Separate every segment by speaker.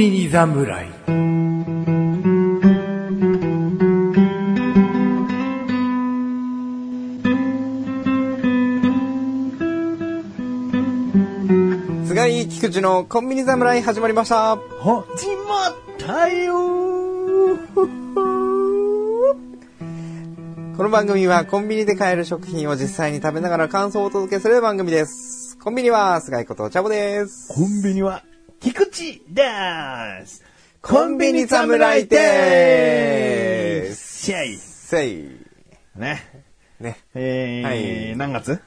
Speaker 1: 侍
Speaker 2: 菅井菊池のコンビニ侍始まりました。
Speaker 1: 始まったよ
Speaker 2: この番組はコンビニで買える食品を実際に食べながら感想をお届けする番組です。コンビニは菅井ことチャボです。
Speaker 1: コンビニは菊池です
Speaker 2: コンビニ侍でー
Speaker 1: す試合
Speaker 2: せい。
Speaker 1: ね。
Speaker 2: ね。
Speaker 1: えー
Speaker 2: はい
Speaker 1: 何月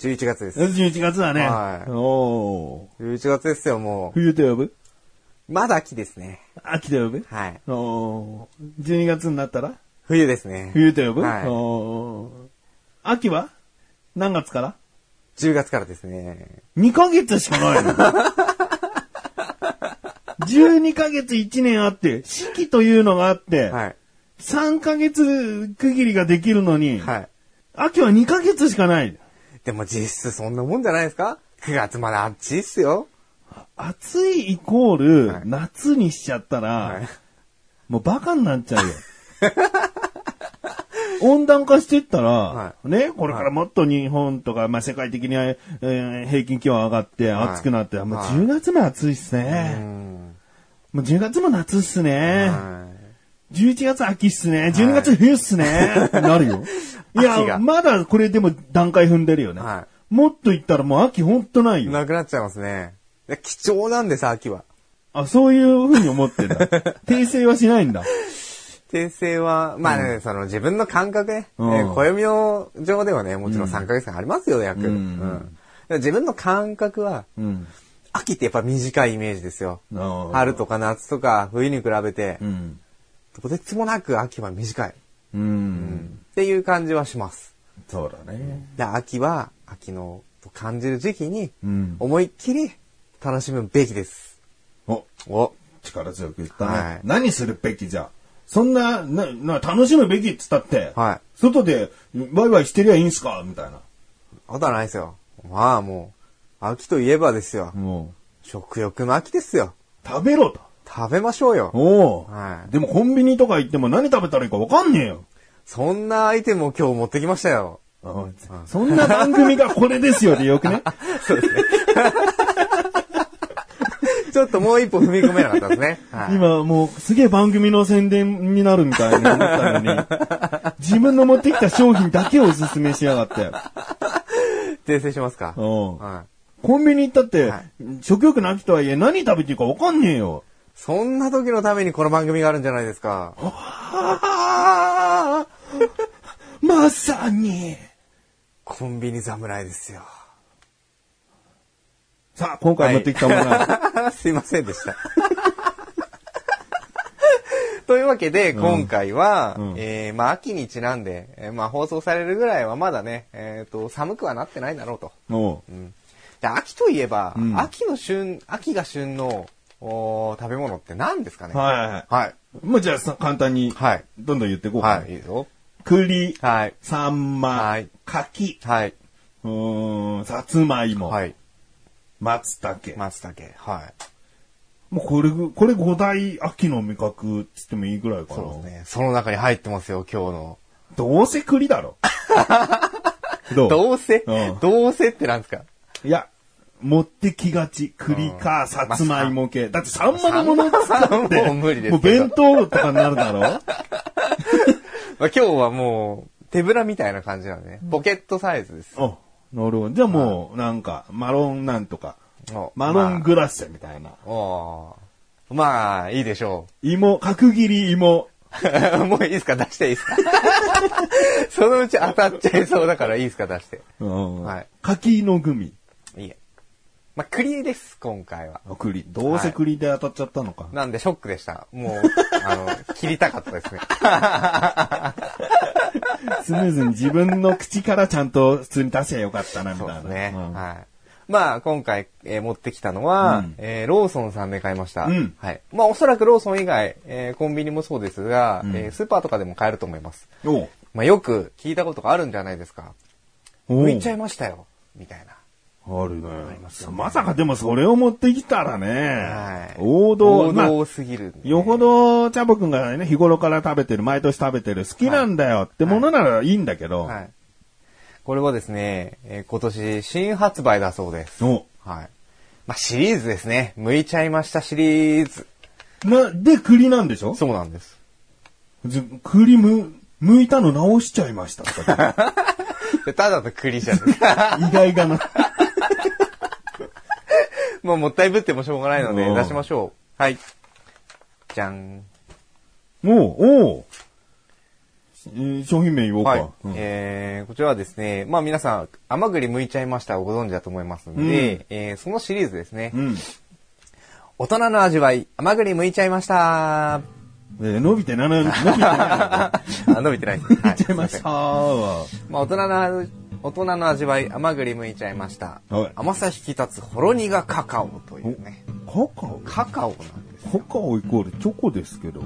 Speaker 2: 11月です。
Speaker 1: ?11 月だね。
Speaker 2: はい
Speaker 1: おー
Speaker 2: 11月ですよ、も
Speaker 1: 冬と呼ぶ
Speaker 2: う。まだ秋ですね。
Speaker 1: 秋と呼ぶ
Speaker 2: はい。
Speaker 1: おー12月になったら
Speaker 2: 冬ですね。
Speaker 1: 冬と呼ぶ、
Speaker 2: はい
Speaker 1: おー秋は何月から
Speaker 2: 10月からですね。
Speaker 1: 2ヶ月しかないの。12ヶ月1年あって、四季というのがあって、
Speaker 2: はい。
Speaker 1: 3ヶ月区切りができるのに、
Speaker 2: はい。
Speaker 1: 秋は2ヶ月しかない。
Speaker 2: でも実質そんなもんじゃないですか ?9 月まであっちっすよ。
Speaker 1: 暑いイコール、
Speaker 2: はい
Speaker 1: 夏にしちゃったら、
Speaker 2: はい。
Speaker 1: もうバカになっちゃう よ。温暖化していったら、
Speaker 2: は
Speaker 1: ね、これからもっと日本とか、まあ、世界的に、えー平均気温上がって
Speaker 2: はい
Speaker 1: 暑くなって、もう
Speaker 2: はい
Speaker 1: 10月も暑いっす
Speaker 2: う
Speaker 1: ね。
Speaker 2: ん。
Speaker 1: もう10月も夏っすね。
Speaker 2: はい
Speaker 1: 11月秋っすね。12月冬っすね。 なるよ。い
Speaker 2: 秋
Speaker 1: や、
Speaker 2: が
Speaker 1: まだこれでも段階踏んでるよね。
Speaker 2: は
Speaker 1: もっと言ったらもう秋ほんと ないよ。
Speaker 2: なくなっちゃいますね。いや貴重なんです、秋は。
Speaker 1: あ、そういうふうに思ってん だ。訂正はしないんだ。
Speaker 2: 訂正は、まあね、その自分の感覚ね、
Speaker 1: うん
Speaker 2: えー暦の上ではね、もちろん3ヶ月間ありますよ、約。うんでも自分の感覚は、
Speaker 1: うん。
Speaker 2: 秋ってやっぱ短いイメージですよ。
Speaker 1: あー
Speaker 2: 春とか夏とか冬に比べて
Speaker 1: う、ん。
Speaker 2: とてつもなく秋は短い。っ
Speaker 1: うん。
Speaker 2: ていう感じはします。
Speaker 1: そうだね。
Speaker 2: で秋は、秋のと感じる時期に
Speaker 1: うん、
Speaker 2: 思いっきり楽しむべきです。
Speaker 1: お、
Speaker 2: お
Speaker 1: 力強く言ったね。
Speaker 2: はい
Speaker 1: 何するべきじゃ。そんな、な、な、楽しむべきっつったって、
Speaker 2: はい
Speaker 1: 外で、ワイワイしてりゃいいんすかみたいな。
Speaker 2: あとはないですよ。まあもう、秋といえばですよ。
Speaker 1: も
Speaker 2: 食欲の秋ですよ。
Speaker 1: う、食べろと。
Speaker 2: 食べましょうよ。
Speaker 1: おお、
Speaker 2: はい
Speaker 1: でもコンビニとか行っても何食べたらいいかわかんねえよ。
Speaker 2: そんなアイテムを今日持ってきましたよ。
Speaker 1: そんな番組がこれですよでよく ね。
Speaker 2: ちょっともう一歩踏み込めなかったですね。はい、
Speaker 1: 今もうすげえ番組の宣伝になるみたいに思ったのに、 自分の持ってきた商品だけをおすすめしやが って。
Speaker 2: 訂正しますか。
Speaker 1: おう
Speaker 2: はい
Speaker 1: コンビニ行ったって、
Speaker 2: はい
Speaker 1: 食欲の秋とはいえ何食べていいかわかんねえよ。
Speaker 2: そんな時のためにこの番組があるんじゃないですか。
Speaker 1: ああまさに。
Speaker 2: コンビニ侍ですよ。
Speaker 1: さあ、今回持ってきたものは、
Speaker 2: すいませんでした。 というわけで、今回は、
Speaker 1: うん
Speaker 2: えーまあ、秋にちなんで、えーまあ、放送されるぐらいはまだね、えっ、と、寒くはなってないだろうと。
Speaker 1: もう
Speaker 2: うんで秋といえば、
Speaker 1: うん
Speaker 2: 秋の旬、秋が旬のおー食べ物って何ですかね
Speaker 1: はいはいはい
Speaker 2: はい。
Speaker 1: もうじゃあさ簡単に、
Speaker 2: はい。
Speaker 1: どんどん言っていこうか。
Speaker 2: はい。いいよ。
Speaker 1: 栗、
Speaker 2: はい。
Speaker 1: サンマ
Speaker 2: はい、
Speaker 1: 柿、
Speaker 2: はい。
Speaker 1: うーん、さつまいも、
Speaker 2: はい。
Speaker 1: 松茸。
Speaker 2: 松茸。はい。
Speaker 1: もうこれぐ、これ5大秋の味覚って言ってもいいぐらいかな。
Speaker 2: そうですね。その中に入ってますよ、今日の。
Speaker 1: どうせ栗だ ろ。どう
Speaker 2: どうせ
Speaker 1: うん
Speaker 2: どうせってなんですか
Speaker 1: いや、持ってきがち。栗か、さつまいも系。だってサンマのものって
Speaker 2: サンマ
Speaker 1: だって
Speaker 2: もう無理です
Speaker 1: もう弁当とかになるだろ
Speaker 2: まあ、今日はもう、手ぶらみたいな感じなんでね。ポケットサイズです。
Speaker 1: あ、なるほど。じゃあもう、なんか、マロンなんとか。
Speaker 2: お
Speaker 1: マロングラッセみたいな。
Speaker 2: まあおーまあ、いいでしょ
Speaker 1: 芋、角切り芋。
Speaker 2: う。 もういいですか出していいですか そのうち当たっちゃいそうだからいいですか出して。
Speaker 1: うん
Speaker 2: はい
Speaker 1: 柿のグミ。
Speaker 2: いいえ。まあ、栗です、今回は。
Speaker 1: あ栗。どうせ栗で当たっちゃったのか。
Speaker 2: なんで、ショックでした。もう、あの、切りたかったですね。
Speaker 1: スムーズに自分の口からちゃんと普通に出せばよかったな、みた
Speaker 2: そ
Speaker 1: いうな。
Speaker 2: ですね。
Speaker 1: うん
Speaker 2: はい。まあ、今回、えー持ってきたのは、
Speaker 1: うん
Speaker 2: えーローソンさんで買いました。
Speaker 1: うん
Speaker 2: はい。まあ、おそらくローソン以外、えーコンビニもそうですが、
Speaker 1: ん
Speaker 2: えースーパーとかでも買えると思います。
Speaker 1: おう
Speaker 2: まあ、よく聞いたことがあるんじゃないですか。
Speaker 1: おう
Speaker 2: 浮いちゃいましたよ。みたいな。
Speaker 1: あるね
Speaker 2: りますよね
Speaker 1: まさかでもそれを持ってきたらね、
Speaker 2: はい
Speaker 1: 王道、
Speaker 2: 王
Speaker 1: まあ
Speaker 2: 道すぎるんでね、
Speaker 1: よほど、チャボくんがね、日頃から食べてる、毎年食べてる、好きなんだよってものならいいんだけど、
Speaker 2: はい。これはですね、えー今年新発売だそうです。
Speaker 1: お
Speaker 2: はい。まあ、シリーズですね。剥いちゃいましたシリーズ。
Speaker 1: な、で、栗なんでしょ
Speaker 2: そうなんです。
Speaker 1: ず栗む、剥いたの直しちゃいましたとか。
Speaker 2: でただの栗じゃない。
Speaker 1: 意外だな。
Speaker 2: もうもったいぶってもしょうがないの
Speaker 1: う
Speaker 2: で
Speaker 1: ん
Speaker 2: 出しましょう。はい。じゃん。
Speaker 1: おう、おう。えー商品名言おうか。
Speaker 2: はい。
Speaker 1: うん
Speaker 2: えー、こちらはですね、まあ皆さん、甘栗剥いちゃいましたをご存知だと思いますので、えーそのシリーズですね。
Speaker 1: うん。
Speaker 2: 大人の味わい、甘栗剥いちゃいました。あ、
Speaker 1: えー伸びてなな、伸びて な
Speaker 2: 伸び てないです。は
Speaker 1: い。ちゃいまし
Speaker 2: すい
Speaker 1: た
Speaker 2: ま
Speaker 1: わ。
Speaker 2: せんまあ大人の味、大人の味わい、甘栗剥いちゃいました。
Speaker 1: はい
Speaker 2: 甘さ引き立つほろ苦カカオというね。
Speaker 1: カカオ
Speaker 2: カカオなんです。
Speaker 1: カカオイコールチョコですけど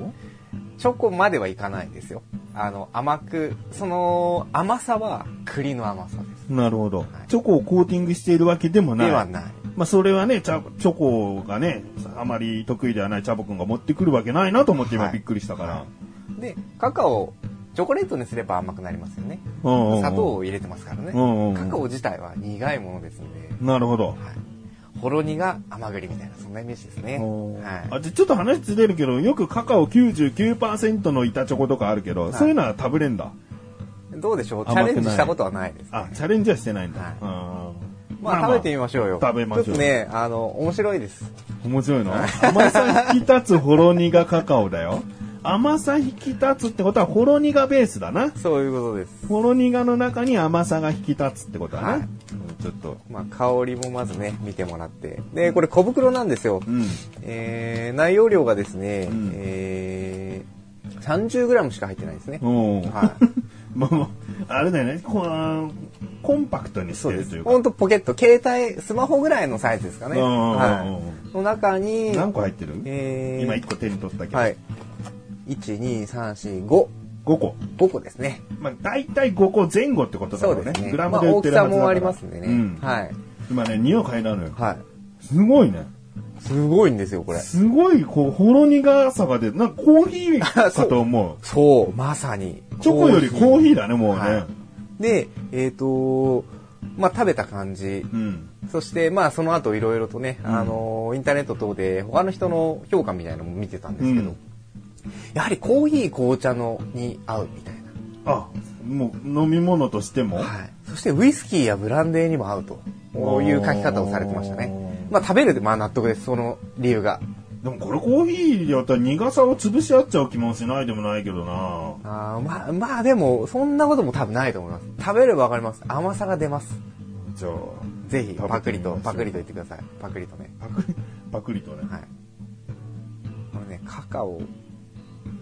Speaker 2: チョコまではいかないですよ。あの、甘く、その、甘さは栗の甘さです。
Speaker 1: なるほど。チョコをコーティングしているわけでもない。
Speaker 2: ではない。
Speaker 1: まあ、それはね、チャチョコがね、あまり得意ではないチャボくんが持ってくるわけないなと思って今
Speaker 2: はい
Speaker 1: びっくりしたから。
Speaker 2: で、カカオ、チョコレートにすれば甘くなりますよね。
Speaker 1: うんうんうん
Speaker 2: 砂糖を入れてますからね
Speaker 1: うんうんうん。
Speaker 2: カカオ自体は苦いものですので、
Speaker 1: なるほど。
Speaker 2: はい。ほろ苦甘栗みたいな、そんなイメージですね。
Speaker 1: おー
Speaker 2: は
Speaker 1: あじゃあちょっと話ずれるけど、よくカカオ99%の板チョコとかあるけど、
Speaker 2: い
Speaker 1: そういうのは食べれんだ。
Speaker 2: い。どうでしょうチ
Speaker 1: 甘くな
Speaker 2: ャ
Speaker 1: い
Speaker 2: レンジしたことはないです。
Speaker 1: あ、チャレンジはしてないんだ。
Speaker 2: はい
Speaker 1: うん
Speaker 2: まあ食べてみましょうよ。
Speaker 1: 食べましょう
Speaker 2: ちょっとね、あの、面白いです。
Speaker 1: 面白いの甘さ引き立つほろ苦カカオだよ。甘さ引き立つってことはほろ苦ベースだな。
Speaker 2: そういうことです。
Speaker 1: ほろ苦の中に甘さが引き立つってことだな。
Speaker 2: はい
Speaker 1: うんちょっと。
Speaker 2: まあ香りもまずね、見てもらって。で、これ小袋なんですよ。
Speaker 1: うん。
Speaker 2: えー、内容量がですね、
Speaker 1: ん
Speaker 2: えー、30g しか入ってないですね。
Speaker 1: おー
Speaker 2: は
Speaker 1: もう、あれだよね、こうコンパクトにしてるとい
Speaker 2: い。
Speaker 1: う
Speaker 2: ほ
Speaker 1: か。
Speaker 2: んとポケット、携帯、スマホぐらいのサイズですかね。
Speaker 1: うんうんうん
Speaker 2: はい。の中に、
Speaker 1: 何個入ってる、
Speaker 2: えー、
Speaker 1: 今1個手に取ったけど。
Speaker 2: はい。1、2、3、4、5。
Speaker 1: 5個。
Speaker 2: 5個ですね。
Speaker 1: まあ、大体5個前後ってことだ
Speaker 2: そ
Speaker 1: ろ
Speaker 2: う
Speaker 1: う
Speaker 2: で
Speaker 1: ね。
Speaker 2: すね。
Speaker 1: グラム
Speaker 2: まあ
Speaker 1: で売
Speaker 2: 大
Speaker 1: って
Speaker 2: き
Speaker 1: るは
Speaker 2: さ
Speaker 1: ずだから
Speaker 2: もありますんでね。
Speaker 1: うん
Speaker 2: はい。
Speaker 1: 今ね、匂い嗅いだのよ。
Speaker 2: は
Speaker 1: すごいね。
Speaker 2: い。すごいんですよ、これ。
Speaker 1: すごい、こう、ほろ苦さが出る。なんかコーヒーかと思う。
Speaker 2: そう、まさに。
Speaker 1: チョコよりコーヒーだね、もうね。
Speaker 2: はいで、えっ、とまあ食べた感じ。
Speaker 1: うん。
Speaker 2: そして、まあ、その後いろいろとね、あのインターネット等で他の人の評価みたいなのも見てたんですけど、
Speaker 1: うん
Speaker 2: やはりコーヒー、紅茶のに合うみたいな。
Speaker 1: あ、もう、飲み物としても。
Speaker 2: はい。そして、ウイスキーやブランデーにも合うと、こういう書き方をされてましたね。まあ、食べるで、まあ、納得です、その理由が。
Speaker 1: でもこれコーヒーでやったら苦さを潰し合っちゃう気もしないでもないけどな。
Speaker 2: あーまあ、まあ、でも、そんなことも多分ないと思います。食べればわかります。甘さが出ます。
Speaker 1: じゃあ、
Speaker 2: ぜ
Speaker 1: 食べて
Speaker 2: ひ、
Speaker 1: みましょう
Speaker 2: パクリと、パクリと言ってください。パクリとね。
Speaker 1: パクリ、パクリとね。
Speaker 2: はい。これね、カカオ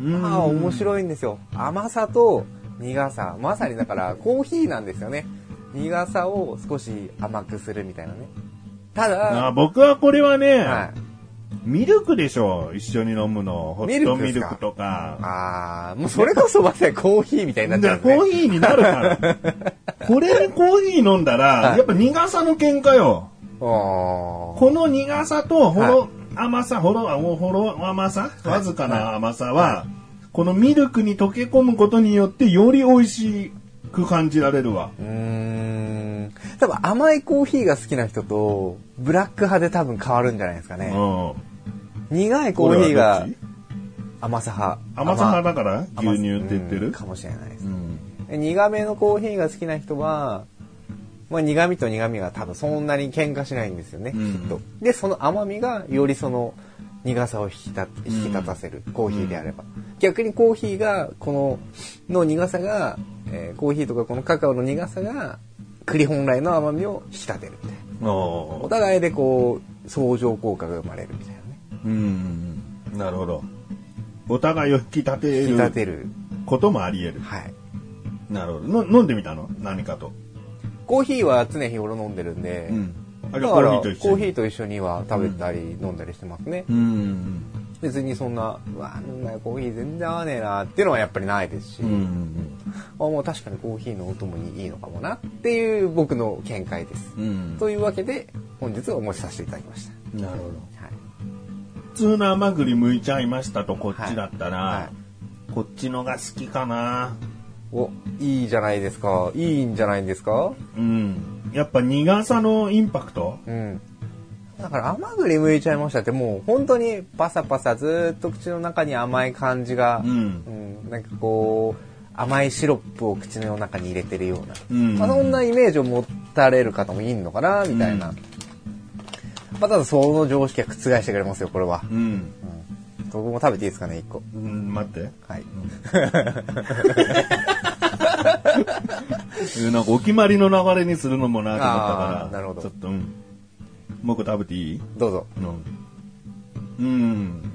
Speaker 1: うん
Speaker 2: まあ面白いんですよ甘さと苦さまさにだからコーヒーなんですよね苦さを少し甘くするみたいなねた
Speaker 1: あ
Speaker 2: だ、
Speaker 1: 僕はこれはね、
Speaker 2: はい、
Speaker 1: ミルクでしょ一緒に飲むの。ホットミル
Speaker 2: ミルクです
Speaker 1: ク
Speaker 2: か
Speaker 1: とか。
Speaker 2: あーもうそれこそまさにコーヒーみたいになっちゃ
Speaker 1: だ
Speaker 2: うん
Speaker 1: から
Speaker 2: で
Speaker 1: コ
Speaker 2: す
Speaker 1: ー
Speaker 2: ね
Speaker 1: ヒーになる から。これにコーヒー飲んだら、
Speaker 2: はい
Speaker 1: やっぱ苦さの喧嘩よ。
Speaker 2: あー
Speaker 1: この苦さと、ほ
Speaker 2: は
Speaker 1: ろ甘さ、ほろ、あほろ甘さ、わずかな甘さは、このミルクに溶け込むことによって、より美味しく感じられるわ。
Speaker 2: うーん多分甘いコーヒーが好きな人とブラック派で多分変わるんじゃないですか
Speaker 1: うん。
Speaker 2: ね
Speaker 1: コ
Speaker 2: 苦いコーヒーが甘さ派
Speaker 1: 甘さ派
Speaker 2: だ
Speaker 1: だから牛乳って言ってる
Speaker 2: かもしれないです
Speaker 1: うん。
Speaker 2: 苦めのコーヒーが好きな人は、まあ、苦味と苦味が多分そんなに喧嘩しないんですよね、
Speaker 1: うん
Speaker 2: きっとでその甘みがよりその苦さを引き立引き立たせる、コーヒーであれば、逆にコーヒーがこのの苦さが、えーコーヒーとかこのカカオの苦さが栗本来の甘みを引き立てるみたいなお
Speaker 1: あ
Speaker 2: 互いでこう相乗効果が生まれるみたいなね
Speaker 1: あ。うん。なるほど。お互いを引き立て
Speaker 2: 引き立
Speaker 1: る
Speaker 2: てる
Speaker 1: こともあり得る。
Speaker 2: はい
Speaker 1: なるほど。の飲んでみたの何かと。
Speaker 2: コーヒーは常日頃飲んでるんで、
Speaker 1: うん。あ、
Speaker 2: だ
Speaker 1: じゃあ
Speaker 2: か
Speaker 1: コ
Speaker 2: ら
Speaker 1: ーヒーと一緒
Speaker 2: コ
Speaker 1: に。
Speaker 2: ーヒーと一緒には食べたり飲んだりしてますね、
Speaker 1: うん。
Speaker 2: 別にそんな「うわなんだよコーヒー全然合わねえな」っていうのはやっぱりないですし、
Speaker 1: うん。う
Speaker 2: あ
Speaker 1: ん。
Speaker 2: もう確かにコーヒーのお供にいいのかもなっていう僕の見解です、
Speaker 1: うん。
Speaker 2: というわけで本日はお持ちさせていただきまし
Speaker 1: なるほど。
Speaker 2: た、はい、
Speaker 1: 普通の甘栗剥いちゃいましたとこっちだったら、
Speaker 2: はいは
Speaker 1: こっちのが好きかな。
Speaker 2: おいいじゃないですかいいんじゃないですか
Speaker 1: うん。やっぱ苦さのインパクト
Speaker 2: うんだから甘栗剥いちゃいましたってもう本当にパサパサずーっと口の中に甘い感じが、
Speaker 1: うん。
Speaker 2: うんなんかこう甘いシロップを口の中に入れてるような、
Speaker 1: うん
Speaker 2: まあ、そんなイメージを持たれる方もいいのかなみたいな、まあ、ただその常識は覆してくれますよこれは、
Speaker 1: うん。
Speaker 2: うん、僕も食べていいですかね1個
Speaker 1: うん、待って。
Speaker 2: はい、
Speaker 1: うんなんかお決まりの流れにするのもなと思ったか
Speaker 2: あ
Speaker 1: ら。
Speaker 2: ーなるほど
Speaker 1: ちょっと、うん。もう一個食べていい
Speaker 2: どうぞ
Speaker 1: うん。うん。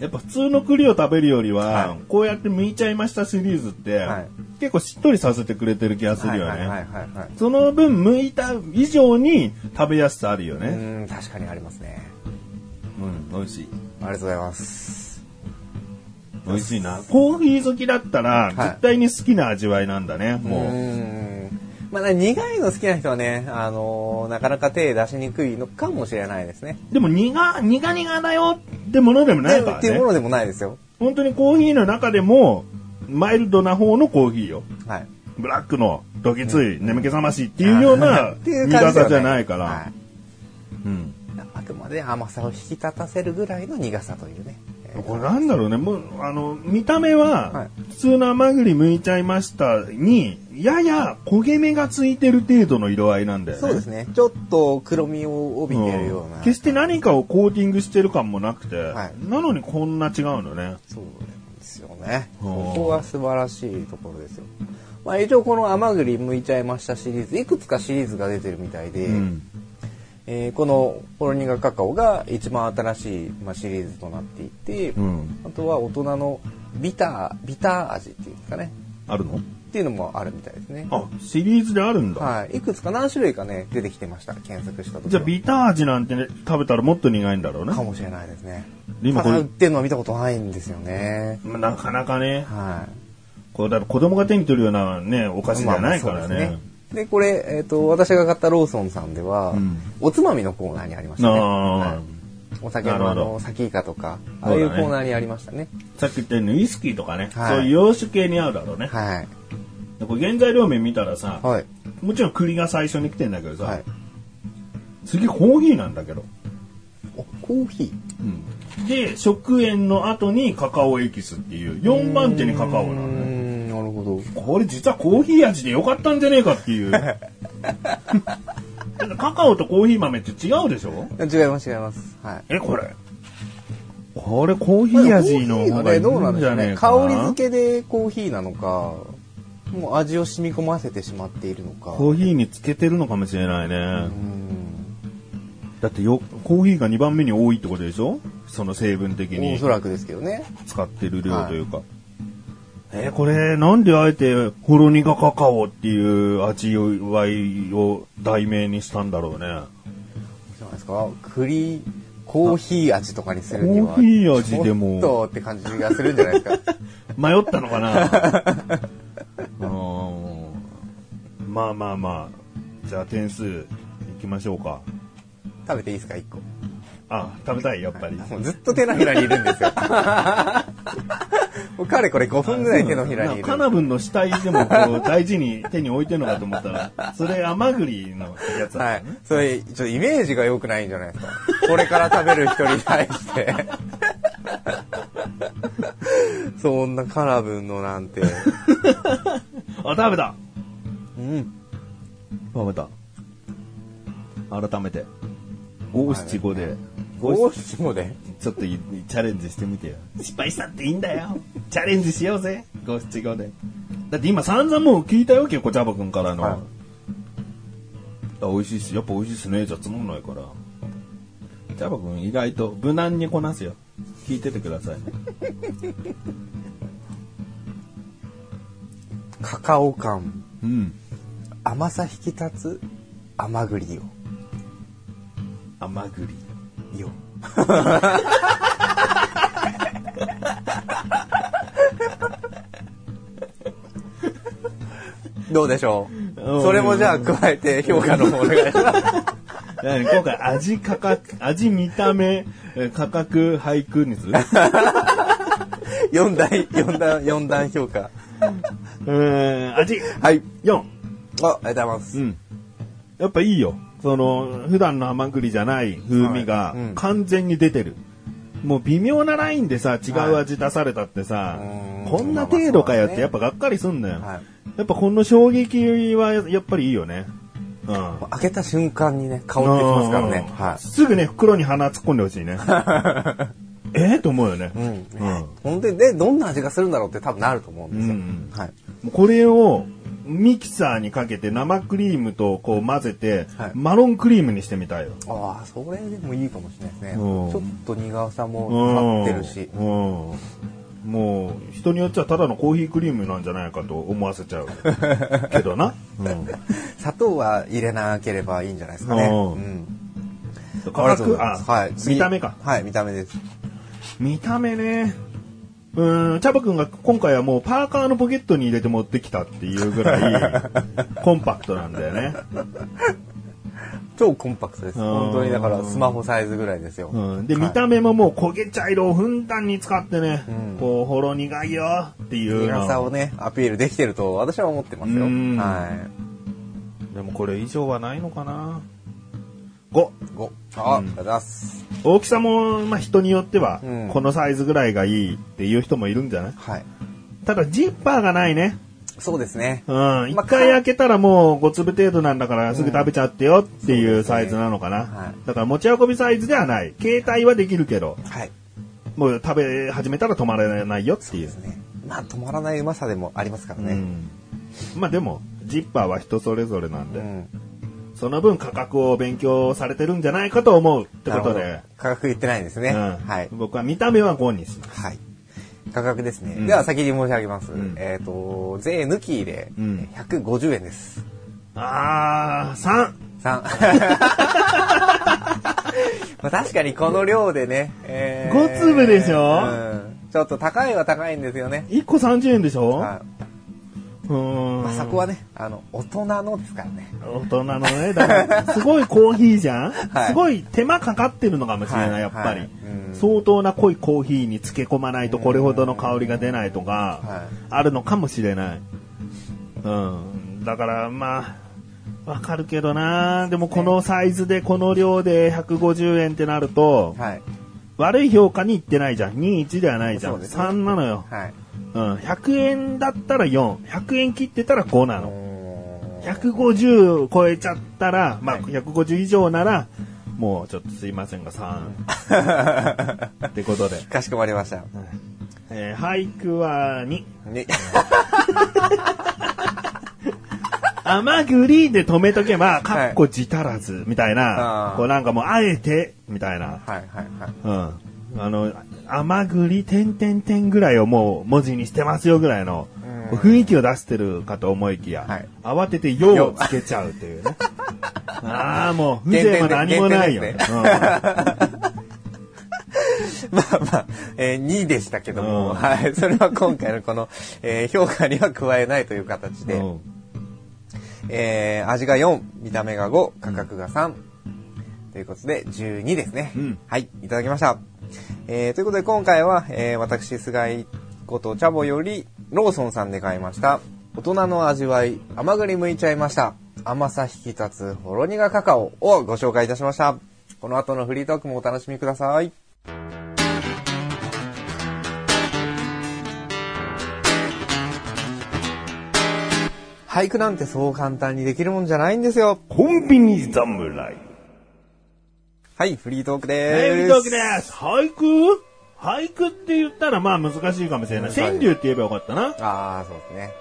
Speaker 1: やっぱ普通の栗を食べるよりは、
Speaker 2: はい
Speaker 1: こうやって剥いちゃいましたシリーズって、
Speaker 2: はい
Speaker 1: 結構しっとりさせてくれてる気がするよね。
Speaker 2: はいはいはいはいはい
Speaker 1: その分剥いた以上に食べやすさあるよ
Speaker 2: う
Speaker 1: ね。
Speaker 2: ん確かにありますね
Speaker 1: うん、美味しい。
Speaker 2: ありがとうございます
Speaker 1: 美味しいな。コーヒー好きだったら、
Speaker 2: はい
Speaker 1: 絶対に好きな味わいなんだね、
Speaker 2: う
Speaker 1: も
Speaker 2: んまあ、苦いの好きな人はね、あのーなかなか手出しにくいのかもしれないですね。
Speaker 1: う。でも苦、苦々だよってものでもないか
Speaker 2: っ
Speaker 1: ら
Speaker 2: ていうも
Speaker 1: ね。
Speaker 2: のでもないですよ。
Speaker 1: 本当にコーヒーの中でも、マイルドな方のコーヒーよ。
Speaker 2: はい。
Speaker 1: ブラックのどきつい、眠気覚ましいっていうような
Speaker 2: ってい
Speaker 1: 苦
Speaker 2: う感じでは
Speaker 1: さじゃないから。
Speaker 2: はい
Speaker 1: うん。
Speaker 2: あくまで甘さを引き立たせるぐらいの苦さというね。えー
Speaker 1: これなんだろうね、もう、あの、見た目
Speaker 2: は、
Speaker 1: はい普通の甘栗剥いちゃいましたに、やや焦げ目がついてる程度の色合いなんだよね。
Speaker 2: そうですね。ちょっと黒みを帯びてるような。
Speaker 1: ん決して何かをコーティングしてる感もなくて、
Speaker 2: はい
Speaker 1: なのにこんな違うのね。
Speaker 2: そうなんですよね。
Speaker 1: うん
Speaker 2: ここは素晴らしいところですよ。まあ、一応この甘栗剥いちゃいましたシリーズ、いくつかシリーズが出てるみたいで、
Speaker 1: うん
Speaker 2: えーこのホロニガカカオが一番新しい、まあ、シリーズとなっていて、
Speaker 1: うん
Speaker 2: あとは大人のビタービター味っていうんですかね
Speaker 1: あるの
Speaker 2: っていうのもあるみたいですね
Speaker 1: あ、シリーズであるんだ。
Speaker 2: はいいくつか何種類かね出てきてました検索した時
Speaker 1: じゃ
Speaker 2: は
Speaker 1: あ、ビター味なんてね、食べたらもっと苦いんだろうね
Speaker 2: か。もしれないですね
Speaker 1: 今
Speaker 2: 今
Speaker 1: こ
Speaker 2: こ
Speaker 1: れ
Speaker 2: れ売ってるのは見たことないんですよね
Speaker 1: まあなかなかね、
Speaker 2: はい
Speaker 1: こうだから子供が手に取るようなね、お菓子じゃないから
Speaker 2: まあまあそう
Speaker 1: ね
Speaker 2: で。すでこれ、えー、と私が買ったローソンさんでは、
Speaker 1: うん
Speaker 2: おつまみのコーナーにありましたね、
Speaker 1: あー
Speaker 2: はいお酒の
Speaker 1: な
Speaker 2: あ
Speaker 1: るほど
Speaker 2: のサキイカとかああい
Speaker 1: そう
Speaker 2: うコ
Speaker 1: だね
Speaker 2: ーナーにありましたね
Speaker 1: さっき言ったようにウイスキーとかね、
Speaker 2: は
Speaker 1: そ
Speaker 2: い
Speaker 1: ういう洋酒系に合うだろうね。
Speaker 2: はい
Speaker 1: でこれ原材料名見たらさ、
Speaker 2: はい
Speaker 1: もちろん栗が最初に来てんだけどさ、
Speaker 2: はい
Speaker 1: 次コーヒーなんだけど。
Speaker 2: おコーヒー
Speaker 1: で、食塩の後にカカオエキスっていう、4番手にカカオなの
Speaker 2: うー
Speaker 1: ね。
Speaker 2: んなるほど
Speaker 1: これ実はコーヒー味でよかったんじゃねえかって いう。だってカカオとコーヒー豆って違うでしょ
Speaker 2: 違います違いますはい
Speaker 1: え、これ。これコーヒー味の
Speaker 2: コーヒーは
Speaker 1: 方がい
Speaker 2: ね
Speaker 1: い
Speaker 2: どうな
Speaker 1: ん
Speaker 2: んで
Speaker 1: じ
Speaker 2: しょ
Speaker 1: ゃ
Speaker 2: う
Speaker 1: ね
Speaker 2: ね
Speaker 1: えかな
Speaker 2: 香り付けでコーヒーなのかもう味を染み込ませてしまっているのか
Speaker 1: コーヒーにつけてるのかもしれないね。
Speaker 2: うん
Speaker 1: だってよ、コーヒーが2番目に多いってことでしょその成分的
Speaker 2: お
Speaker 1: に
Speaker 2: そらくですけどね
Speaker 1: 使ってる量というか。えーこれ、なんであえて、ほろ苦カカオっていう味わいを題名にしたんだろうね。
Speaker 2: じゃないですか栗コーヒー味とかにするには
Speaker 1: コーヒー味でも
Speaker 2: ちょっとって感じがするんじゃないですか
Speaker 1: 迷ったのか なうーんまあまあまあ。じゃあ点数いきましょうか。
Speaker 2: 食べていいですか一個
Speaker 1: あ、食べたい、やっぱり。
Speaker 2: もうずっと手のひらにいるんですよ もう彼これ5分ぐらい手のひらにいる
Speaker 1: カナブンの死体でもこう大事に手に置いてるのかと思ったら、それ甘栗のやつだ、
Speaker 2: はい。それ、ちょっとイメージが良くないんじゃないですか。これから食べる人に対して。 そんなカラブンのなんて。
Speaker 1: あ、食べた
Speaker 2: うん。
Speaker 1: 食べた。改めて。五七五で。
Speaker 2: 五
Speaker 1: 五七
Speaker 2: 七五で。
Speaker 1: ちょっといチャレンジしてみてよ。失敗したっていいんだよ。チャレンジしようぜ。五七五で。だって今散々もう聞いたよ、結構ジャバ君からの。
Speaker 2: はい
Speaker 1: あ美味しいっす。やっぱ美味しいっすね。じゃあつまんないから。ジャバ君意外と無難にこなすよ。聞いててくださいね。
Speaker 2: カカオ感、
Speaker 1: うん。
Speaker 2: 甘さ引き立つ甘栗よ。
Speaker 1: 甘栗。
Speaker 2: よ。 どうでしょ
Speaker 1: う
Speaker 2: うんそれもじゃあ加えて評価の方お願い します。
Speaker 1: 何今回味価格、味見た目、えー価格、俳句にする
Speaker 2: 4段、四段、四段評価。
Speaker 1: うん、味
Speaker 2: はい。
Speaker 1: !4!
Speaker 2: あ、ありがとうございます。
Speaker 1: うん。やっぱいいよ。その、普段の甘栗じゃない風味が
Speaker 2: はいうん
Speaker 1: 完全に出てる。もう微妙なラインでさ、違う味出されたってさ、
Speaker 2: うん
Speaker 1: こんな程度かよっ
Speaker 2: まあまあそ
Speaker 1: て
Speaker 2: うだね
Speaker 1: やっぱがっかりすんだよ。
Speaker 2: はい
Speaker 1: やっぱこの衝撃はやっぱりいいよね。うん。
Speaker 2: 開けた瞬間にね、香ってきますからね
Speaker 1: う。ん
Speaker 2: は
Speaker 1: すぐね、袋に鼻突っ込んでほしい ね。えーと思うよね。
Speaker 2: い。うん。
Speaker 1: うんも
Speaker 2: 本当にね、どんな味がするんだろうって多分なると思うんですよ。
Speaker 1: うん
Speaker 2: はい。
Speaker 1: うこれをミキサーにかけて生クリームとこう混ぜて、
Speaker 2: はい
Speaker 1: マロンクリームにしてみたいよ。
Speaker 2: ああ、それでもいいかもしれないですね。ち
Speaker 1: うん
Speaker 2: ょっと苦さ
Speaker 1: うん
Speaker 2: も立ってるし。
Speaker 1: うんもう人によっちゃただのコーヒークリームなんじゃないかと思わせちゃう けどな、うん
Speaker 2: 砂糖は入れなければいいんじゃないですかね。
Speaker 1: うん
Speaker 2: うん。
Speaker 1: 価
Speaker 2: ありがとうご
Speaker 1: 格
Speaker 2: ざいま
Speaker 1: あ、
Speaker 2: すはい。次
Speaker 1: 見た目か
Speaker 2: はい、見た目です。
Speaker 1: 見た目ねうんチャボくんが今回はもうパーカーのポケットに入れて持ってきたっていうぐらい コンパクトなんだよね、
Speaker 2: 超コンパクトです。
Speaker 1: うん
Speaker 2: 本当にだからスマホサイズぐらいですよ。
Speaker 1: うん、で
Speaker 2: はい
Speaker 1: 見た目ももう焦げ茶色をふんだんに使ってね、
Speaker 2: うん
Speaker 1: こうほろ苦いよっていう
Speaker 2: 苦さ
Speaker 1: の
Speaker 2: をね、アピールできてると私は思ってますよ。
Speaker 1: うん
Speaker 2: は
Speaker 1: でもこれ以上はないのかな5
Speaker 2: い。5。あ、ありがとうございます。
Speaker 1: 大きさも、まあ、人によっては、
Speaker 2: うん
Speaker 1: このサイズぐらいがいいっていう人もいるんじゃない
Speaker 2: はい。
Speaker 1: ただジッパーがないね。
Speaker 2: そうですね。
Speaker 1: うん。一
Speaker 2: まあ
Speaker 1: 回開けたらもう5粒程度なんだからすぐ食べちゃってよって
Speaker 2: そう
Speaker 1: い
Speaker 2: で
Speaker 1: う
Speaker 2: すね
Speaker 1: サイズなのかな。
Speaker 2: はい
Speaker 1: だから持ち運びサイズではない。携帯はできるけど、
Speaker 2: はい。
Speaker 1: もう食べ始めたら止まれないよっていう。
Speaker 2: ですね。まあ、止まらないうまさでもありますから
Speaker 1: う
Speaker 2: ね。
Speaker 1: んまあでも、ジッパーは人それぞれなん
Speaker 2: う
Speaker 1: で、
Speaker 2: ん。
Speaker 1: その分価格を勉強されてるんじゃないかと思うってこと
Speaker 2: なる
Speaker 1: で
Speaker 2: ほ、ど価格言ってないんですね。
Speaker 1: うん
Speaker 2: はい。
Speaker 1: 僕は見た目は5にします。
Speaker 2: はい。価格ですね。
Speaker 1: うん
Speaker 2: では先に申し上げます。
Speaker 1: うん
Speaker 2: えっ、と、税抜きで
Speaker 1: うん
Speaker 2: 150円です。
Speaker 1: あー、3!
Speaker 2: 3。まあ確かにこの量でね。え
Speaker 1: 五粒でしょ
Speaker 2: うんちょっと高いは高いんですよね。
Speaker 1: 1個30円でしょ、
Speaker 2: はい。
Speaker 1: うーん。
Speaker 2: まあそこはね、あの、大人のですからね。
Speaker 1: 大人のね、だから、すごいコーヒーじゃん、
Speaker 2: はい
Speaker 1: すごい手間かかってるのかもしれない、
Speaker 2: はい
Speaker 1: やっぱり、
Speaker 2: はいうん
Speaker 1: 相当な濃いコーヒーに漬け込まないとこれほどの香りが出ないとか、あるのかもしれない。うん。だから、まあ、わかるけどなでもこのサイズで、この量で150円ってなると、
Speaker 2: はい。
Speaker 1: 悪い評価にいってないじゃん。2、1ではないじゃん。
Speaker 2: そうですね
Speaker 1: 3なのよ。
Speaker 2: はい。
Speaker 1: うん。100円だったら4。100円切ってたら5なの。
Speaker 2: おー
Speaker 1: 150超えちゃったら、まあ、
Speaker 2: はい
Speaker 1: 150以上なら、もうちょっとすいませんが3。ってことで。
Speaker 2: かしこまりました。
Speaker 1: えー俳句は2。
Speaker 2: ね
Speaker 1: 甘栗で止めとけば、かっこ自足らず、みたいな、
Speaker 2: あー
Speaker 1: こうなんかもう、あえて、みたいな。
Speaker 2: はいはい はい。
Speaker 1: うん。あの、甘栗点点点ぐらいをもう文字にしてますよぐらいの
Speaker 2: うん
Speaker 1: 雰囲気を出してるかと思いきや、
Speaker 2: はい
Speaker 1: 慌てて「よ」をつけちゃうっていうね。ああ、もう風情も何もないよ。
Speaker 2: 点々点まあまあ、えー2位でしたけども、
Speaker 1: うん
Speaker 2: はい、それは今回のこの、えー評価には加えないという形
Speaker 1: う
Speaker 2: で、
Speaker 1: ん
Speaker 2: えー味が4、見た目が5、価格が3、ということで12ですね、
Speaker 1: うん
Speaker 2: はい、いただきました。えーということで今回は、えー私、菅井ことチャボよりローソンさんで買いました。大人の味わい、甘栗むいちゃいました。甘さ引き立つほろ苦カカオをご紹介いたしました。この後のフリートークもお楽しみください。俳句なんてそう簡単にできるもんじゃないんですよ。
Speaker 1: コンビニ侍。
Speaker 2: はい、フリートークで
Speaker 1: え
Speaker 2: す。
Speaker 1: ー、ミトキです。俳句俳句って言ったらまあ難しいかもしれない。
Speaker 2: 難しい
Speaker 1: 川柳って言えばよかったな。
Speaker 2: ああ、そうですね。